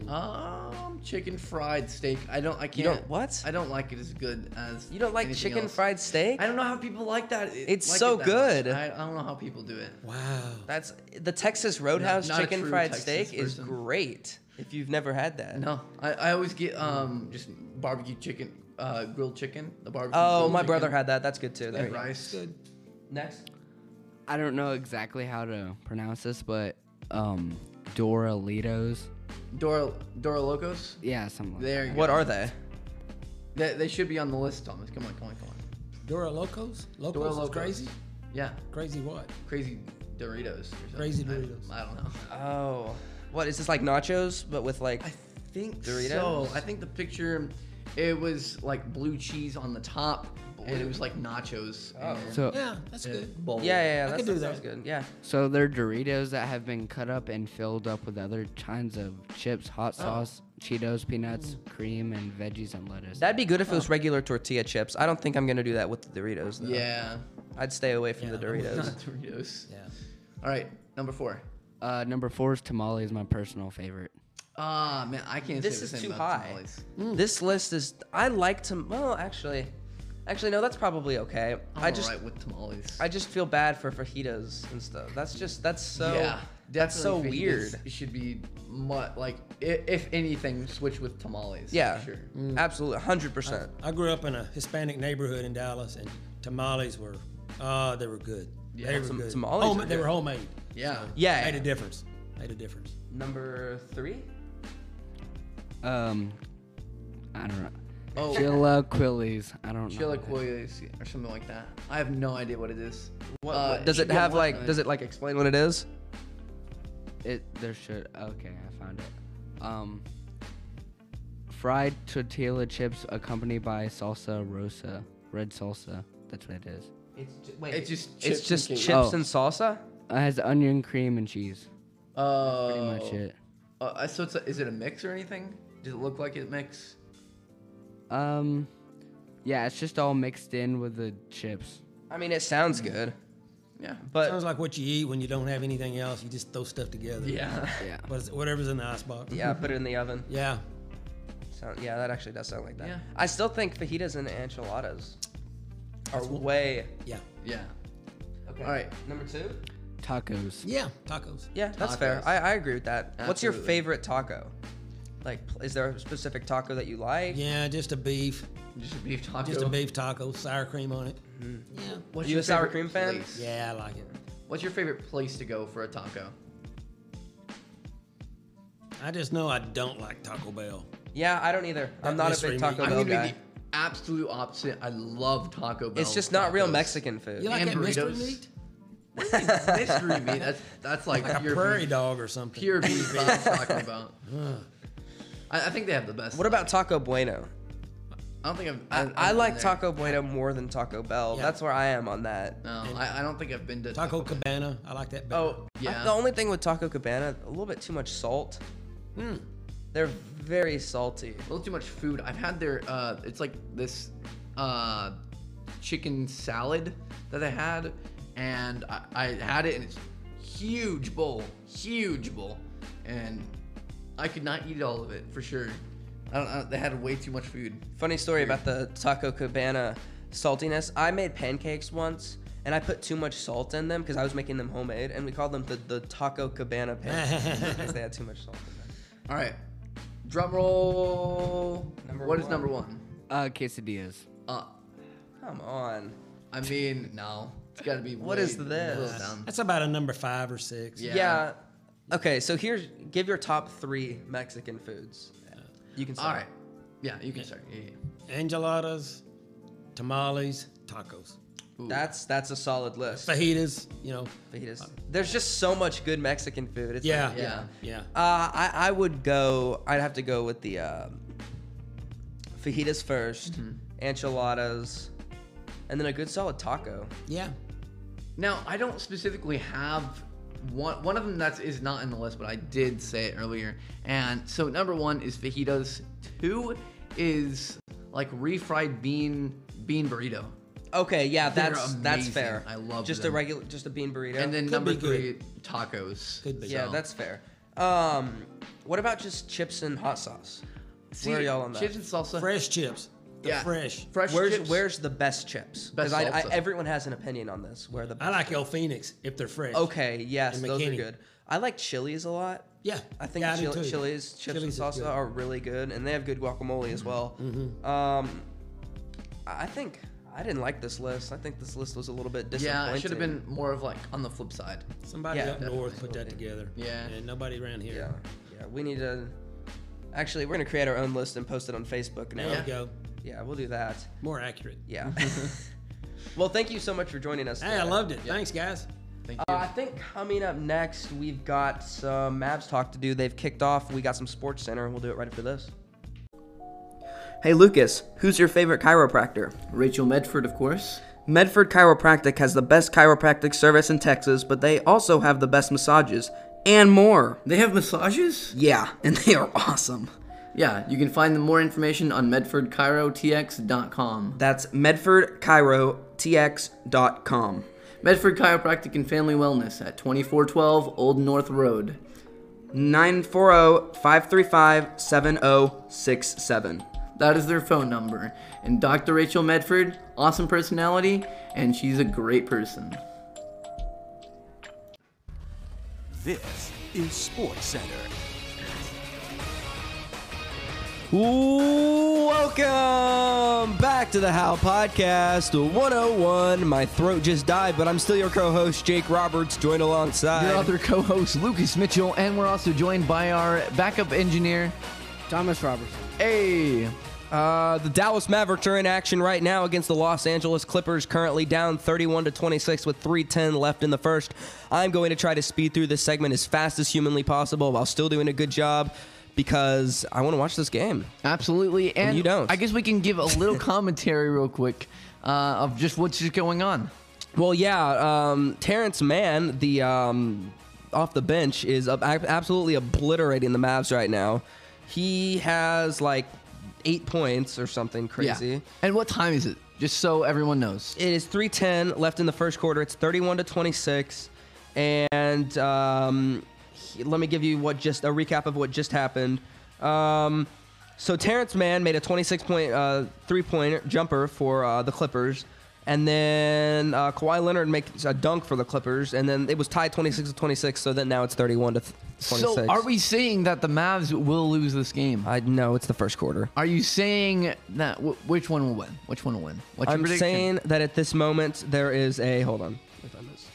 Speaker 2: Um, chicken fried steak. I don't. I can't.
Speaker 1: don't- what?
Speaker 2: I don't like it as good as.
Speaker 1: You don't like
Speaker 2: anything
Speaker 1: chicken
Speaker 2: else.
Speaker 1: fried steak?
Speaker 2: I don't know how people like that. it-
Speaker 1: It's
Speaker 2: like it
Speaker 1: so
Speaker 2: that much.
Speaker 1: good.
Speaker 2: I, I don't know how people do it.
Speaker 4: Wow.
Speaker 1: That's the Texas Roadhouse
Speaker 2: not a
Speaker 1: chicken
Speaker 2: true
Speaker 1: fried
Speaker 2: Texas
Speaker 1: steak is
Speaker 2: person.
Speaker 1: great. If you've never had that.
Speaker 2: No, I, I always get um just barbecue chicken, uh grilled chicken, the barbecue.
Speaker 1: Oh,
Speaker 2: grilled
Speaker 1: my
Speaker 2: chicken,
Speaker 1: brother had that. That's good too. There
Speaker 2: and
Speaker 1: you go.
Speaker 2: rice.
Speaker 1: Next.
Speaker 5: I don't know exactly how to pronounce this, but um, Doralitos.
Speaker 2: Dora Dora Locos.
Speaker 5: Yeah, something. Like
Speaker 2: There. You
Speaker 1: What
Speaker 2: go.
Speaker 1: are they?
Speaker 2: They, they should be on the list, Thomas. Come on, come on, come on.
Speaker 4: Dora Locos? Locos
Speaker 2: Dora
Speaker 4: is
Speaker 2: Locos.
Speaker 4: crazy?
Speaker 2: Yeah,
Speaker 4: Crazy what?
Speaker 2: crazy Doritos. Or something.
Speaker 4: Crazy
Speaker 2: I-
Speaker 4: Doritos.
Speaker 2: I, don't know.
Speaker 1: [LAUGHS] Oh, what is this like nachos but with like?
Speaker 2: I think
Speaker 1: Doritos?
Speaker 2: so. I think the picture, it was like blue cheese on the top, and it was like nachos.
Speaker 1: Oh.
Speaker 2: in
Speaker 5: So,
Speaker 4: Yeah, that's
Speaker 2: a
Speaker 4: good.
Speaker 2: bowl.
Speaker 1: yeah, yeah, yeah.
Speaker 4: I
Speaker 1: That's,
Speaker 4: could
Speaker 1: that
Speaker 4: do
Speaker 1: sounds
Speaker 4: that.
Speaker 1: good. Yeah.
Speaker 5: so they're Doritos that have been cut up and filled up with other kinds of chips, hot
Speaker 2: Oh.
Speaker 5: sauce, Cheetos, peanuts, cream, and veggies and lettuce.
Speaker 1: That'd be good if it was regular tortilla chips. I don't think I'm gonna do that with the Doritos though. [LAUGHS]
Speaker 2: Yeah.
Speaker 1: I'd stay away from
Speaker 4: Yeah,
Speaker 1: the
Speaker 4: I would
Speaker 2: Not
Speaker 1: Doritos.
Speaker 2: Doritos.
Speaker 4: Yeah.
Speaker 2: All right, number four.
Speaker 5: uh, number four is tamale. Is my personal favorite.
Speaker 2: Ah, man, I can't
Speaker 1: This
Speaker 2: say the
Speaker 1: is
Speaker 2: same
Speaker 1: too
Speaker 2: about
Speaker 1: high.
Speaker 2: tamales.
Speaker 1: This list is. I like to. Well, actually, actually no, that's probably okay.
Speaker 2: I'm
Speaker 1: i just
Speaker 2: alright with tamales.
Speaker 1: I just feel bad for fajitas and stuff. That's just that's so
Speaker 2: yeah,
Speaker 1: that's so
Speaker 2: definitely fajitas
Speaker 1: weird.
Speaker 2: should be mu- like i- if anything, switch with tamales. for
Speaker 1: Yeah,
Speaker 2: sure.
Speaker 1: absolutely, hundred percent.
Speaker 4: I grew up in a Hispanic neighborhood in Dallas, and tamales were, uh, they were good. Yeah, they were
Speaker 1: Tam-
Speaker 4: good.
Speaker 1: tamales
Speaker 4: Home-
Speaker 1: are
Speaker 4: they
Speaker 1: good.
Speaker 4: were homemade.
Speaker 2: Yeah.
Speaker 1: Yeah.
Speaker 4: Made a difference. Made a difference.
Speaker 1: Number three.
Speaker 5: Um, I don't know.
Speaker 2: Oh.
Speaker 5: Chilaquiles. I don't know.
Speaker 2: Chilaquiles or something like that. I have no idea what it is.
Speaker 1: What,
Speaker 2: Uh,
Speaker 1: what- does
Speaker 2: should
Speaker 1: it
Speaker 2: be on
Speaker 1: have
Speaker 2: the
Speaker 1: like?
Speaker 2: website.
Speaker 1: Does it like explain what it is?
Speaker 5: It there should okay, I found it. Um fried tortilla chips accompanied by salsa rosa, red salsa. That's what it is.
Speaker 1: It's just, wait.
Speaker 2: It's just
Speaker 1: it's
Speaker 2: chips and
Speaker 1: just
Speaker 2: chips.
Speaker 1: chips
Speaker 5: Oh.
Speaker 1: and salsa.
Speaker 5: It has onion cream and cheese.
Speaker 2: Oh.
Speaker 5: Pretty much it.
Speaker 2: Uh, so it's a, is it a mix or anything? Does it look like it mix?
Speaker 5: Um yeah, it's just all mixed in with the chips.
Speaker 1: I mean, it sounds good,
Speaker 2: Yeah.
Speaker 1: but
Speaker 4: Sounds like what you eat when you don't have anything else. You just throw stuff together.
Speaker 2: [LAUGHS] Yeah.
Speaker 5: Yeah.
Speaker 4: But it's- whatever's in the
Speaker 1: [LAUGHS]
Speaker 4: icebox.
Speaker 1: yeah, put it in the oven.
Speaker 4: Yeah.
Speaker 1: Sound, yeah, that actually does sound like that.
Speaker 2: Yeah.
Speaker 1: I still think fajitas and enchiladas are way.
Speaker 4: Yeah.
Speaker 2: Yeah.
Speaker 1: Okay.
Speaker 2: All right.
Speaker 1: Number two.
Speaker 5: Tacos.
Speaker 4: Yeah. Tacos.
Speaker 1: Yeah, that's fair.
Speaker 2: Tacos.
Speaker 1: I, I agree with that. What's your
Speaker 2: Absolutely.
Speaker 1: favorite taco? Like, pl- is there a specific taco that you like?
Speaker 4: Yeah, just a beef.
Speaker 2: Just a beef taco.
Speaker 4: Just a beef taco, sour cream on it. Yeah.
Speaker 2: What's
Speaker 1: Are you
Speaker 2: your
Speaker 1: a sour
Speaker 2: favorite
Speaker 1: cream fan?
Speaker 2: place?
Speaker 4: Yeah, I like it.
Speaker 2: What's your favorite place to go for a taco?
Speaker 4: I just know I don't like Taco Bell.
Speaker 1: Yeah, I don't either. I'm not a
Speaker 4: mystery
Speaker 1: big
Speaker 4: meat.
Speaker 1: Taco
Speaker 4: I'm
Speaker 1: Bell
Speaker 2: I'm gonna
Speaker 1: guy.
Speaker 2: be the absolute opposite. I love Taco Bell.
Speaker 1: it's just not real
Speaker 2: tacos.
Speaker 1: Mexican food.
Speaker 4: You like
Speaker 2: And
Speaker 4: that mystery
Speaker 2: burritos.
Speaker 4: meat?
Speaker 2: What is this mystery meat. That's that's like,
Speaker 4: Like a
Speaker 2: pure
Speaker 4: prairie
Speaker 2: beef-
Speaker 4: [LAUGHS] dog or something.
Speaker 2: Pure beef. I'm talking about. I, I think they have the best.
Speaker 1: What about Taco Bueno?
Speaker 2: I don't think I've.
Speaker 1: I,
Speaker 2: I've
Speaker 1: I
Speaker 2: been
Speaker 1: like
Speaker 2: there.
Speaker 1: Taco Bueno more than Taco Bell.
Speaker 4: Yeah.
Speaker 1: That's where I am on that.
Speaker 2: No, I, I don't think I've been to
Speaker 4: Taco Cabana, I like that better.
Speaker 1: Oh, yeah.
Speaker 2: Yeah.
Speaker 1: the only thing with Taco Cabana, a little bit too much salt. They're very salty.
Speaker 2: a little too much food. I've had their uh, it's like this uh, chicken salad that I had, and I, I had it in its huge bowl, huge bowl, and I could not eat all of it for sure. I don't, I don't- they had way too much food.
Speaker 1: Funny story about the Taco Cabana saltiness. I made pancakes once and I put too much salt in them because I was making them homemade and we called them the, the Taco Cabana pancakes because they had too much salt in them.
Speaker 2: All right, drum roll.
Speaker 1: Number
Speaker 2: What is
Speaker 1: one.
Speaker 2: number one?
Speaker 5: Uh, quesadillas.
Speaker 2: Uh,
Speaker 1: Come on.
Speaker 2: I mean, no, it's got to
Speaker 1: [LAUGHS]
Speaker 2: be.
Speaker 1: What
Speaker 2: way
Speaker 1: is this?
Speaker 2: below down.
Speaker 4: That's about a number five or six.
Speaker 2: Yeah.
Speaker 1: Oh. Yeah. Okay, so here's give your top three Mexican foods. You can start.
Speaker 2: All right, yeah, you can start. Yeah, yeah.
Speaker 4: Angeladas, tamales, tacos,
Speaker 2: Ooh.
Speaker 1: That's that's a solid list.
Speaker 4: fajitas, you know.
Speaker 1: Fajitas. There's just so much good Mexican food. It's
Speaker 4: Yeah.
Speaker 1: like-
Speaker 2: Yeah.
Speaker 4: Yeah.
Speaker 1: Uh, I, I would go. I'd have to go with the um fajitas 1st
Speaker 2: Mm-hmm.
Speaker 1: enchiladas, and then a good solid taco.
Speaker 4: Yeah.
Speaker 2: Now, I don't specifically have one. One of them that's is not in the list, but I did say it earlier. And so number one is fajitas. Two is like refried bean bean burrito.
Speaker 1: Okay, yeah, that's that's
Speaker 2: amazing.
Speaker 1: fair.
Speaker 2: I love
Speaker 1: just
Speaker 2: them.
Speaker 1: a regular, just a bean burrito.
Speaker 2: And then
Speaker 4: Could
Speaker 2: number
Speaker 4: be
Speaker 2: three,
Speaker 4: good.
Speaker 2: tacos.
Speaker 4: Could be.
Speaker 1: yeah,
Speaker 2: So-
Speaker 1: that's fair. Um, what about just chips and hot sauce?
Speaker 2: See,
Speaker 1: where are y'all on that?
Speaker 2: Chips and salsa.
Speaker 4: Fresh chips. The
Speaker 2: Yeah.
Speaker 4: fresh.
Speaker 2: Fresh
Speaker 1: Where's
Speaker 2: chips.
Speaker 1: where's the best chips? Because
Speaker 2: Best
Speaker 1: I, I,
Speaker 2: salsa.
Speaker 1: everyone has an opinion on this. Where the
Speaker 4: I like El Phoenix if they're fresh.
Speaker 1: okay, yes,
Speaker 4: And
Speaker 1: those are
Speaker 4: McKinney.
Speaker 1: good. I like chilies a lot.
Speaker 4: Yeah.
Speaker 1: I think
Speaker 4: yeah, do
Speaker 1: chili,
Speaker 4: too.
Speaker 1: chilies, chips
Speaker 4: Chili's is
Speaker 1: and salsa
Speaker 4: good. Mm-hmm.
Speaker 1: are really good, and they have good guacamole as well. Um, I I think I didn't like this list. I think this list was a little bit disappointing.
Speaker 2: Yeah, it should have been more of like on the flip side.
Speaker 4: Somebody
Speaker 1: Yeah,
Speaker 4: up north put that together.
Speaker 2: Yeah.
Speaker 4: And nobody around
Speaker 1: Yeah,
Speaker 4: here.
Speaker 1: yeah. We need to. Actually, we're gonna create our own list and post it on Facebook now.
Speaker 4: There
Speaker 1: Yeah,
Speaker 4: we go.
Speaker 1: we'll do that.
Speaker 4: More accurate.
Speaker 1: Yeah.
Speaker 4: [LAUGHS]
Speaker 1: [LAUGHS] well, thank you so much for joining us.
Speaker 4: Hey, I
Speaker 1: today.
Speaker 4: loved it. Thanks, guys.
Speaker 2: Thank
Speaker 1: Uh,
Speaker 2: you.
Speaker 1: I think coming up next, we've got some Mavs talk to do. They've kicked off. We got some Sports Center. We'll do it right after this.
Speaker 3: Hey Lucas, who's your favorite chiropractor?
Speaker 6: Rachel Medford, of course.
Speaker 3: Medford Chiropractic has the best chiropractic service in Texas, but they also have the best massages and more.
Speaker 6: They have massages?
Speaker 3: Yeah, [LAUGHS] and they are awesome.
Speaker 6: Yeah, you can find more information on medfordchirotx.com.
Speaker 3: That's medfordchirotx.com.
Speaker 6: Medford Chiropractic and Family Wellness at 2412 Old North Road.
Speaker 3: 940 535 7067.
Speaker 6: That is their phone number. And Dr. Rachel Medford, awesome personality, and she's a great person.
Speaker 7: This is Sports Center.
Speaker 1: Welcome back to the How Podcast 101. My throat just died, but I'm still your co-host, Jake Roberts, joined
Speaker 2: Your
Speaker 1: alongside.
Speaker 2: other co-host Lucas Mitchell, and we're also joined by our backup engineer.
Speaker 5: Thomas Robertson.
Speaker 2: Hey,
Speaker 1: Uh, the Dallas Mavericks are in action right now against the Los Angeles Clippers, currently down 31 to 26 with 3:10 left in the first. I'm going to try to speed through this segment as fast as humanly possible while still doing a good job because I want to watch this game.
Speaker 2: Absolutely, and,
Speaker 1: you don't.
Speaker 2: I guess we can give a
Speaker 1: [LAUGHS]
Speaker 2: little commentary real quick uh, of just what's just going on.
Speaker 1: Well, yeah, um, Terrence Mann, the um, off the bench, is ab- ab- absolutely obliterating the Mavs right now. He has like eight points or something crazy.
Speaker 2: Yeah. And what time is it? Just so everyone knows.
Speaker 1: It is 310 left in the first quarter. It's 31 to 26. And um, he- let me give you what just a recap of what just happened. Um, so Terrence Mann made a 26 point uh, three point jumper for uh, the Clippers. And then uh, Kawhi Leonard makes a dunk for the Clippers. And then it was tied 26 to 26. So then now it's 31 to th- 26.
Speaker 2: So, are we saying that the Mavs will lose this game?
Speaker 1: I know it's the first quarter.
Speaker 2: Are you saying that wh- which one will win? Which one will win? What's your
Speaker 1: I'm
Speaker 2: prediction?
Speaker 1: saying that at this moment there is a hold on. If I'm just-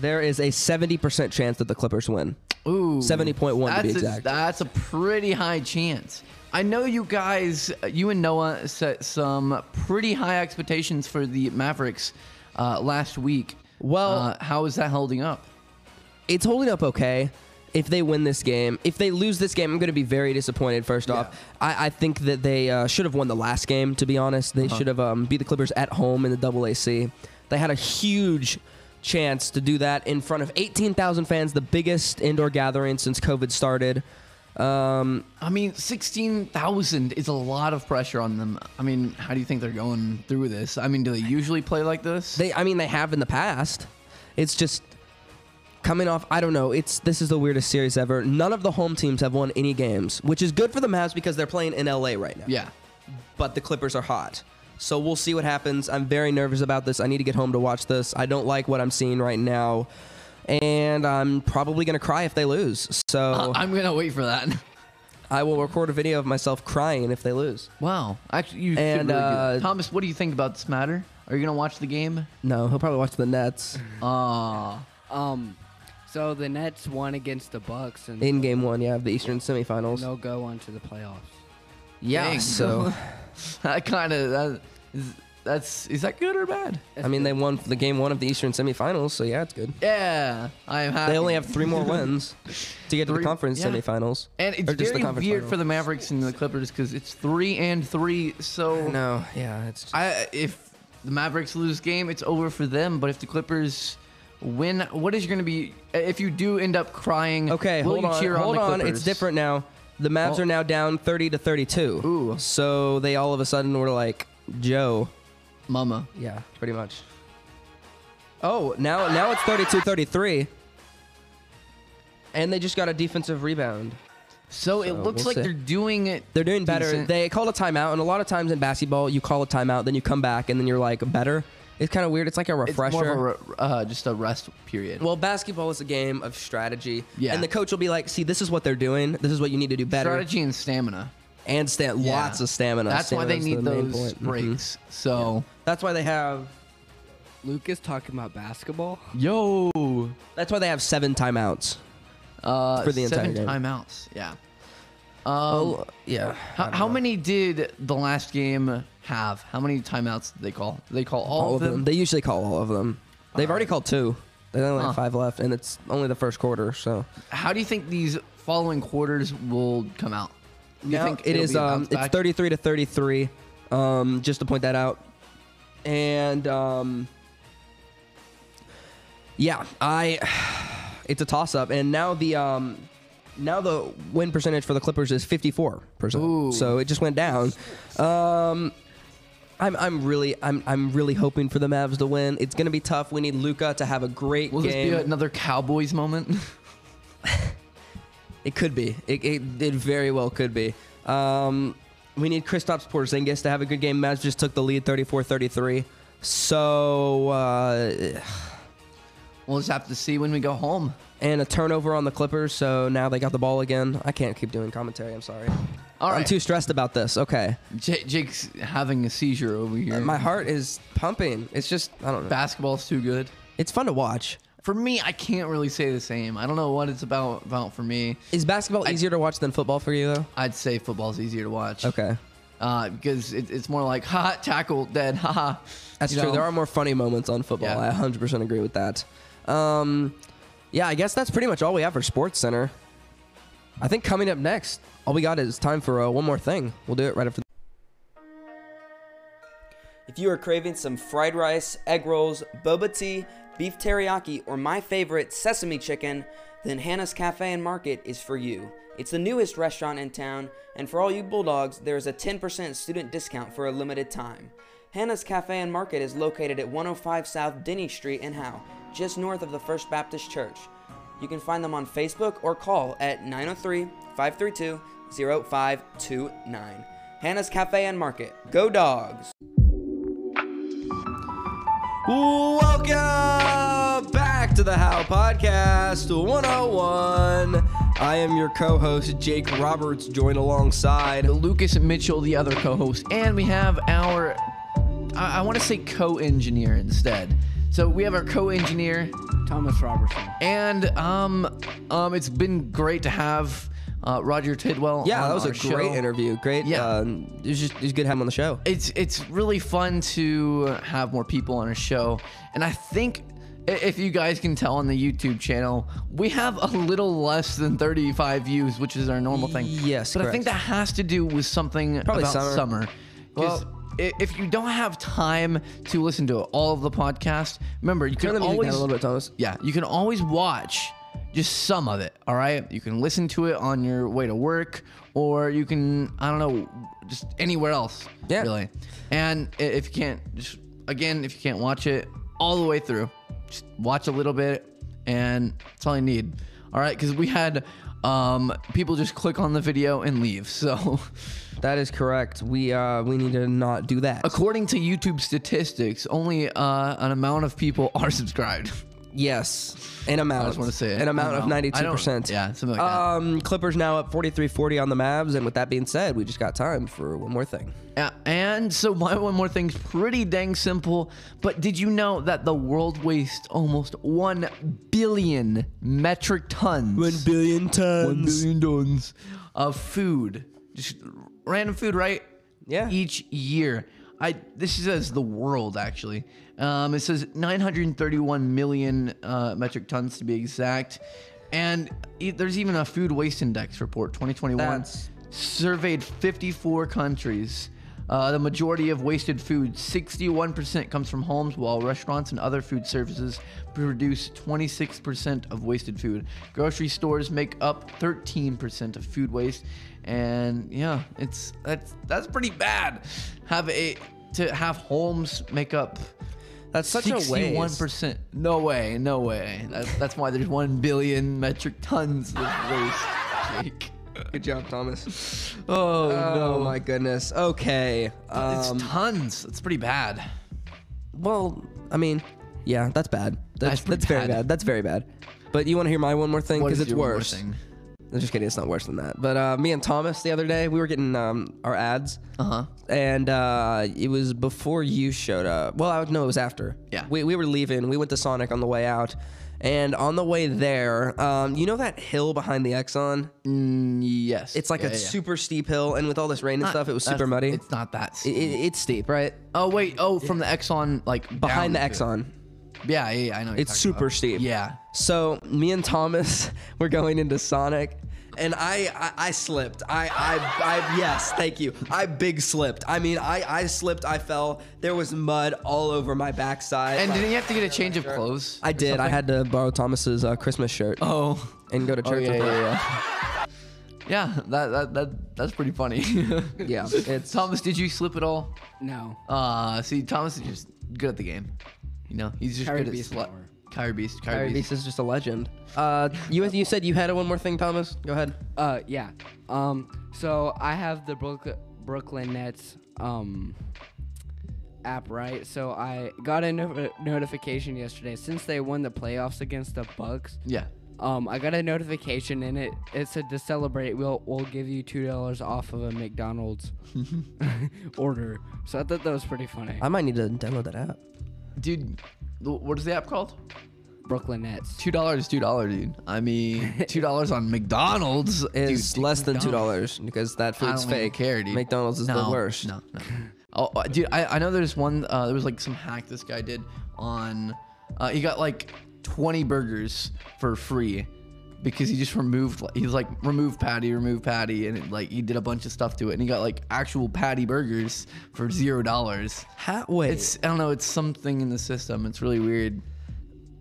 Speaker 1: There is a 70% chance that the Clippers win.
Speaker 2: Ooh,
Speaker 1: 70.1 to be
Speaker 2: that's a-
Speaker 1: exact.
Speaker 2: that's a pretty high chance. I know you guys, you and Noah set some pretty high expectations for the Mavericks uh, last week.
Speaker 1: Well-
Speaker 2: uh, how is that holding up?
Speaker 1: It's holding up okay. if they win this game, if they lose this game, I'm going to be very disappointed. First off, I, I think that they uh, should have won the last game. To be honest, they should have um, beat the Clippers at home in the Double AC. They had a huge chance to do that in front of 18,000 fans, the biggest indoor gathering since COVID started. Um,
Speaker 2: I mean, 16,000 is a lot of pressure on them. I mean, how do you think they're going through this? I mean, do they usually play like this?
Speaker 1: They, I mean, they have in the past. It's just coming off. I don't know. It's this is the weirdest series ever. None of the home teams have won any games, which is good for the Mavs because they're playing in LA right now.
Speaker 2: yeah.
Speaker 1: But the Clippers are hot, so we'll see what happens. I'm very nervous about this. I need to get home to watch this. I don't like what I'm seeing right now, and I'm probably gonna cry if they lose. So
Speaker 2: Uh, I'm going to wait
Speaker 1: [LAUGHS]
Speaker 2: for that.
Speaker 1: I will record a video of myself crying if they lose.
Speaker 2: Wow. Actually, you should
Speaker 1: And,
Speaker 2: really do that.
Speaker 1: uh,
Speaker 2: Thomas, what do you think about this matter? Are you going to watch
Speaker 1: [LAUGHS]
Speaker 2: the game?
Speaker 1: No, he'll probably watch the
Speaker 2: [LAUGHS]
Speaker 1: Nets
Speaker 2: Ah.
Speaker 5: Um, so the Nets won against the Bucks, and
Speaker 1: in Game One. Yeah, of the Eastern semifinals.
Speaker 5: they'll go on to the playoffs.
Speaker 1: yeah,
Speaker 2: dang. [LAUGHS]
Speaker 1: so.
Speaker 2: that kind of that is, that's is that good or bad?
Speaker 1: I mean, they won the game one of the Eastern semifinals, so yeah, it's good.
Speaker 2: Yeah, I am happy.
Speaker 1: They only have three [LAUGHS] more wins to get to the
Speaker 2: Three-
Speaker 1: conference
Speaker 2: yeah.
Speaker 1: semifinals.
Speaker 2: and it's
Speaker 1: or just the
Speaker 2: very
Speaker 1: conference
Speaker 2: weird
Speaker 1: final.
Speaker 2: for the Mavericks and the Clippers because it's three and three. So
Speaker 1: No, yeah, it's just,
Speaker 2: I if the Mavericks lose game, it's over for them. But if the Clippers win, what is going to be if you do end up crying?
Speaker 1: okay.
Speaker 2: will
Speaker 1: hold
Speaker 2: you
Speaker 1: on,
Speaker 2: cheer
Speaker 1: hold
Speaker 2: on.
Speaker 1: on.
Speaker 2: The
Speaker 1: It's
Speaker 2: Clippers?
Speaker 1: different now. The Mavs
Speaker 2: Oh.
Speaker 1: are now down thirty to thirty-two.
Speaker 2: Ooh.
Speaker 1: So they all of a sudden were like, Joe.
Speaker 2: Mama.
Speaker 1: Yeah, pretty much. Oh, now now it's 32-33. And they just got a defensive rebound.
Speaker 2: So, it
Speaker 1: So, we'll
Speaker 2: looks like
Speaker 1: see.
Speaker 2: they're doing it.
Speaker 1: They're doing better.
Speaker 2: decent.
Speaker 1: They call a timeout, and a lot of times in basketball, you call a timeout, then you come back, and then you're like better. It's kind of weird. It's like a
Speaker 2: It's
Speaker 1: refresher.
Speaker 2: more of a re- uh, just a rest period.
Speaker 1: Well, basketball is a game of strategy.
Speaker 2: Yeah.
Speaker 1: And the coach will be like, see, this is what they're doing. This is what you need to do better.
Speaker 2: strategy and stamina.
Speaker 1: And sta- lots
Speaker 2: Yeah.
Speaker 1: of stamina.
Speaker 2: That's why they
Speaker 1: Stamina's
Speaker 2: need
Speaker 1: the main
Speaker 2: those
Speaker 1: point. Mhm.
Speaker 2: breaks. So
Speaker 1: That's why they have.
Speaker 5: Luke is talking about basketball.
Speaker 2: yo,
Speaker 1: That's why they have seven timeouts.
Speaker 2: uh,
Speaker 1: For the entire
Speaker 2: seven
Speaker 1: game.
Speaker 2: timeouts. Yeah. Um,
Speaker 1: Oh, yeah.
Speaker 2: how, how many did the last game have? How many timeouts did they call? Did they call all,
Speaker 1: All of them. They usually call all of them. They've already called two. They only
Speaker 2: Huh.
Speaker 1: have five left, and it's only the first quarter. So
Speaker 2: How do you think these following quarters will come out? Do you
Speaker 1: Now
Speaker 2: think
Speaker 1: it
Speaker 2: it'll
Speaker 1: is.
Speaker 2: be a
Speaker 1: Um,
Speaker 2: bounce
Speaker 1: it's
Speaker 2: back?
Speaker 1: thirty-three to thirty-three. Um, just to point that out, and um, yeah, I. [SIGHS] It's a toss-up, and now the um, now the win percentage for the Clippers is fifty-four percent. So it just went down. Um, I'm, I'm really I'm, I'm really hoping for the Mavs to win. It's gonna be tough. We need Luca to have a great
Speaker 2: Will this
Speaker 1: game.
Speaker 2: be another Cowboys moment? [LAUGHS]
Speaker 1: It could be. It, it, it very well could be. Um, we need Kristaps Porzingis to have a good game. Mavs just took the lead 34-33. So, uh,
Speaker 2: we'll just have to see when we go home.
Speaker 1: and a turnover on the Clippers. So now they got the ball again. I can't keep doing commentary. I'm sorry.
Speaker 2: All
Speaker 1: I'm
Speaker 2: right.
Speaker 1: too stressed about this. Okay.
Speaker 2: J- Jake's having a seizure over here.
Speaker 1: My heart is pumping. It's just, I don't know.
Speaker 2: Basketball's too good.
Speaker 1: It's fun to watch.
Speaker 2: For me, I can't really say the same. I don't know what it's about about for me.
Speaker 1: Is basketball easier to watch than football for you, though?
Speaker 2: I'd say football's easier to watch.
Speaker 1: Okay.
Speaker 2: Uh, because it, it's more like, ha, ha, tackle, dead, ha, ha.
Speaker 1: That's
Speaker 2: You
Speaker 1: true.
Speaker 2: know?
Speaker 1: There are more funny moments on football. I
Speaker 2: Yeah.
Speaker 1: 100% agree with that. Um, yeah, I guess that's pretty much all we have for Sports Center. I think coming up next, all we got is time for uh, one more thing. We'll do it right after.
Speaker 3: If you are craving some fried rice, egg rolls, boba tea, beef teriyaki, or my favorite, sesame chicken, then Hannah's Cafe and Market is for you. It's the newest restaurant in town, and for all you Bulldogs, there is a 10% student discount for a limited time. Hannah's Cafe and Market is located at 105 South Denny Street in Howe, just north of the First Baptist Church. You can find them on Facebook or call at 903 532 0529. Hannah's Cafe and Market. Go Dogs!
Speaker 1: Welcome back to the How Podcast 101. I am your co host, Jake Roberts, joined alongside.
Speaker 2: Lucas Mitchell, the other co host, and we have our, I, I want to say co engineer instead. So we have our co engineer,
Speaker 5: Thomas Robertson.
Speaker 2: and um, um, it's been great to have uh, Roger Tidwell.
Speaker 1: Yeah,
Speaker 2: on
Speaker 1: that was a
Speaker 2: our
Speaker 1: great
Speaker 2: show.
Speaker 1: interview. Great.
Speaker 2: Yeah.
Speaker 1: Um, it, was just, it was good to have him on the show.
Speaker 2: it's it's really fun to have more people on a show and i think i- if you guys can tell on the YouTube channel, we have a little less than 35 views, which is our normal thing.
Speaker 1: Yes,
Speaker 2: but I think that
Speaker 1: correct.
Speaker 2: has to do with something
Speaker 1: Probably
Speaker 2: about
Speaker 1: summer.
Speaker 2: summer. 'Cause
Speaker 1: Well-
Speaker 2: i if you don't have time to listen to all of the podcast, remember you
Speaker 1: Turn
Speaker 2: can
Speaker 1: the music down
Speaker 2: always
Speaker 1: a little bit, Thomas.
Speaker 2: yeah, you can always watch just some of it. All right, you can listen to it on your way to work, or you can I don't know, just anywhere else.
Speaker 1: Yeah.
Speaker 2: really. And i- if you can't, just again, if you can't watch it all the way through, just watch a little bit, and that's all you need. All right, because we had um, people just click on the video and leave. So, [LAUGHS]
Speaker 1: That is correct. We uh we need to not do that.
Speaker 2: according to YouTube statistics, only uh, an amount of people are subscribed. [LAUGHS]
Speaker 1: Yes, an amount.
Speaker 2: I just want to say it.
Speaker 1: an amount of
Speaker 2: I
Speaker 1: ninety
Speaker 2: don't know. I
Speaker 1: two
Speaker 2: don't-
Speaker 1: percent.
Speaker 2: Yeah, something like that.
Speaker 1: Um, Clippers now up 43-40 on the Mavs, and with that being said, we just got time for one more thing.
Speaker 2: Uh, and so [LAUGHS] my one more thing's pretty dang simple, but did you know that the world wastes almost 1 billion metric tons
Speaker 1: billion tons.
Speaker 2: 1 billion tons of food, just random food, right?
Speaker 1: Yeah.
Speaker 2: Each year. I this says the world actually. Um, it says 931 million uh, metric tons to be exact. And e- there's even a food waste index report 2021
Speaker 1: That's-
Speaker 2: surveyed 54 countries. Uh, the majority of wasted food, 61%, comes from homes, while restaurants and other food services produce 26% of wasted food. Grocery stores make up 13% of food waste, and yeah, it's that's that's pretty bad. Have a to have homes make up
Speaker 1: That's such a waste.
Speaker 2: sixty-one percent. No way, no way. That's that's why there's one billion metric tons of waste. Jake.
Speaker 1: Good job, Thomas.
Speaker 2: Oh,
Speaker 1: Oh
Speaker 2: no,
Speaker 1: my goodness. Okay.
Speaker 2: it's
Speaker 1: Um,
Speaker 2: tons. It's pretty bad.
Speaker 1: well, I mean, yeah, that's bad. That's
Speaker 2: That's pretty
Speaker 1: that's very
Speaker 2: bad.
Speaker 1: bad. That's very bad. But you want to hear my one more thing
Speaker 2: What
Speaker 1: because
Speaker 2: is
Speaker 1: it's
Speaker 2: your one more
Speaker 1: worse.
Speaker 2: thing?
Speaker 1: I'm just kidding. It's not worse than that. But uh, me and Thomas the other day, we were getting um, our ads.
Speaker 2: Uh-huh.
Speaker 1: And uh, it was before you showed up. Well, I would know it was after.
Speaker 2: Yeah.
Speaker 1: We, we were leaving. We went to Sonic on the way out. And on the way there, um, you know that hill behind the Exxon?
Speaker 2: Mm, Yes.
Speaker 1: It's like
Speaker 2: Yeah,
Speaker 1: a
Speaker 2: yeah, yeah.
Speaker 1: super steep hill. And with all this rain and stuff, it was
Speaker 2: That's-
Speaker 1: super muddy.
Speaker 2: It's not that.
Speaker 1: It- it- it's steep, right?
Speaker 2: oh wait. Oh, from the Exxon, like
Speaker 1: Behind the
Speaker 2: down to-
Speaker 1: Exxon.
Speaker 2: Yeah, yeah, yeah, I know. what you're
Speaker 1: It's
Speaker 2: talking
Speaker 1: super
Speaker 2: about.
Speaker 1: steep.
Speaker 2: Yeah.
Speaker 1: So me and Thomas [LAUGHS] were going into Sonic, and I I, I slipped. I, I I yes, thank you. I big slipped. I mean, I I slipped. I fell. There was mud all over my backside.
Speaker 2: And
Speaker 1: Like,
Speaker 2: didn't you have to get a change of clothes?
Speaker 1: I
Speaker 2: or
Speaker 1: did. I
Speaker 2: something?
Speaker 1: had to borrow Thomas's uh, Christmas shirt
Speaker 2: Oh.
Speaker 1: and go to
Speaker 2: Oh
Speaker 1: church.
Speaker 2: yeah,
Speaker 1: with it.
Speaker 2: yeah, yeah. [LAUGHS] yeah, that, that that that's pretty funny. [LAUGHS]
Speaker 1: Yeah, it's-
Speaker 2: Thomas. Did you slip at all?
Speaker 5: No.
Speaker 2: Uh see, Thomas is just good at the game. You know, he's just
Speaker 5: Kyrie
Speaker 2: good
Speaker 5: Beast
Speaker 2: at slut.
Speaker 5: power.
Speaker 2: Kyrie Beast. Kyrie,
Speaker 1: All right,
Speaker 2: Beast.
Speaker 1: This is just a legend. Uh, you you said you had one more thing, Thomas. Go ahead.
Speaker 5: Uh, yeah. Um, so I have the Brook- Brooklyn Nets um app right. So I got a no- notification yesterday since they won the playoffs against the Bucks.
Speaker 2: Yeah.
Speaker 5: Um, I got a notification and it it said to celebrate, we'll we'll give you two dollars off of a McDonald's [LAUGHS] order. So I thought that was pretty funny.
Speaker 1: I might need to download that app.
Speaker 2: Dude, th- what is the app called?
Speaker 5: Brooklyn Nets.
Speaker 2: Two dollars, two dollar, dude. I mean, two dollars
Speaker 1: [LAUGHS]
Speaker 2: on McDonald's
Speaker 1: Is
Speaker 2: is
Speaker 1: less than two dollars because that
Speaker 2: I
Speaker 1: food's
Speaker 2: don't even
Speaker 1: fake.
Speaker 2: care, dude.
Speaker 1: McDonald's is
Speaker 2: No,
Speaker 1: the worst.
Speaker 2: No, no. Oh, uh, dude, I, I know there's one. Uh, there was like some hack this guy did on. Uh, he got like 20 burgers for free because he just removed. like, He's like remove patty, remove patty, and it, like he did a bunch of stuff to it, and he got like actual patty burgers for zero dollars.
Speaker 1: Hat wait.
Speaker 2: It's I don't know. It's something in the system. It's really weird.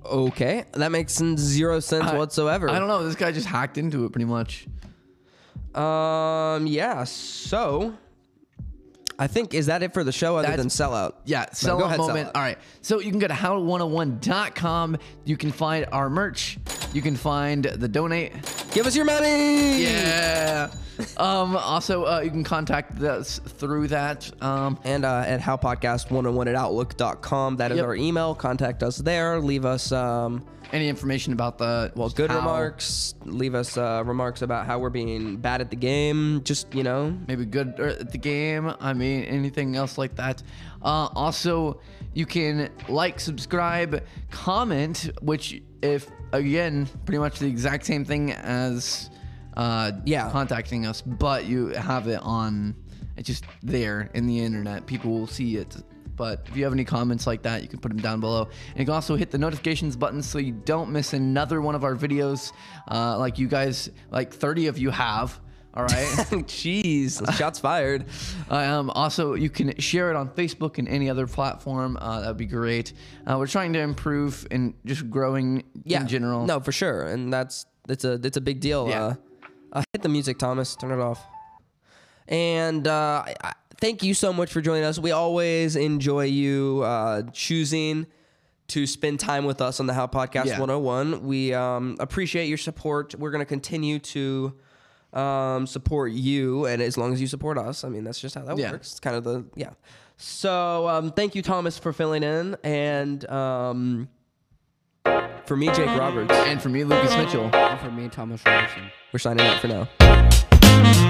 Speaker 1: Okay, that makes n- zero sense
Speaker 2: I-
Speaker 1: whatsoever.
Speaker 2: I don't know. This guy just hacked into it pretty much.
Speaker 1: know. Um, yeah. So, I think is that it for the show, other
Speaker 2: That's-
Speaker 1: than sellout.
Speaker 2: Yeah,
Speaker 1: No,
Speaker 2: sell
Speaker 1: go
Speaker 2: out
Speaker 1: ahead,
Speaker 2: moment.
Speaker 1: sellout.
Speaker 2: All right. So you can go to how101.com. You can find our merch. You can find the donate.
Speaker 1: Give us your money.
Speaker 2: Yeah. um, also, uh, you can contact us through that. Um,
Speaker 1: And uh, at howpodcast101 at outlook.com. That is
Speaker 2: Yep.
Speaker 1: our email. Contact us there. Leave us um,
Speaker 2: any information about the well,
Speaker 1: good remarks. Leave us uh, remarks about how we're being bad at the game. Just, you know, [LAUGHS]
Speaker 2: maybe good or at the game. I mean, anything else like that. Uh, also, you can like, subscribe, comment, which if again, pretty much the exact same thing as uh,
Speaker 1: Yeah.
Speaker 2: contacting us, but you have it on. It's just there in the internet. People will see it, But if you have any comments like that, you can put them down below. And you can also hit the notifications button so you don't miss another one of our videos. Uh, like you guys, like 30 of you have. All right. [LAUGHS]
Speaker 1: Jeez, shots fired.
Speaker 2: Um, also, you can share it on Facebook and any other platform. Uh, that would be great. Uh, we're trying to improve and just growing
Speaker 1: Yeah,
Speaker 2: in general.
Speaker 1: No, for sure, and that's that's a that's a big deal.
Speaker 2: Yeah.
Speaker 1: Uh, uh, hit the music, Thomas. Turn it off. And uh, I, I, thank you so much for joining us. We always enjoy you uh, choosing to spend time with us on the How Podcast
Speaker 2: Yeah.
Speaker 1: 101. We um, appreciate your support. We're going to continue to um, support you, and as long as you support us, I mean that's just how that
Speaker 2: Yeah.
Speaker 1: works. It's kind of the yeah. So um, thank you, Thomas, for filling in, and um, for me, Jake Roberts.
Speaker 2: And for me, Lucas Mitchell.
Speaker 5: And for me, Thomas Robinson.
Speaker 1: We're signing out for now.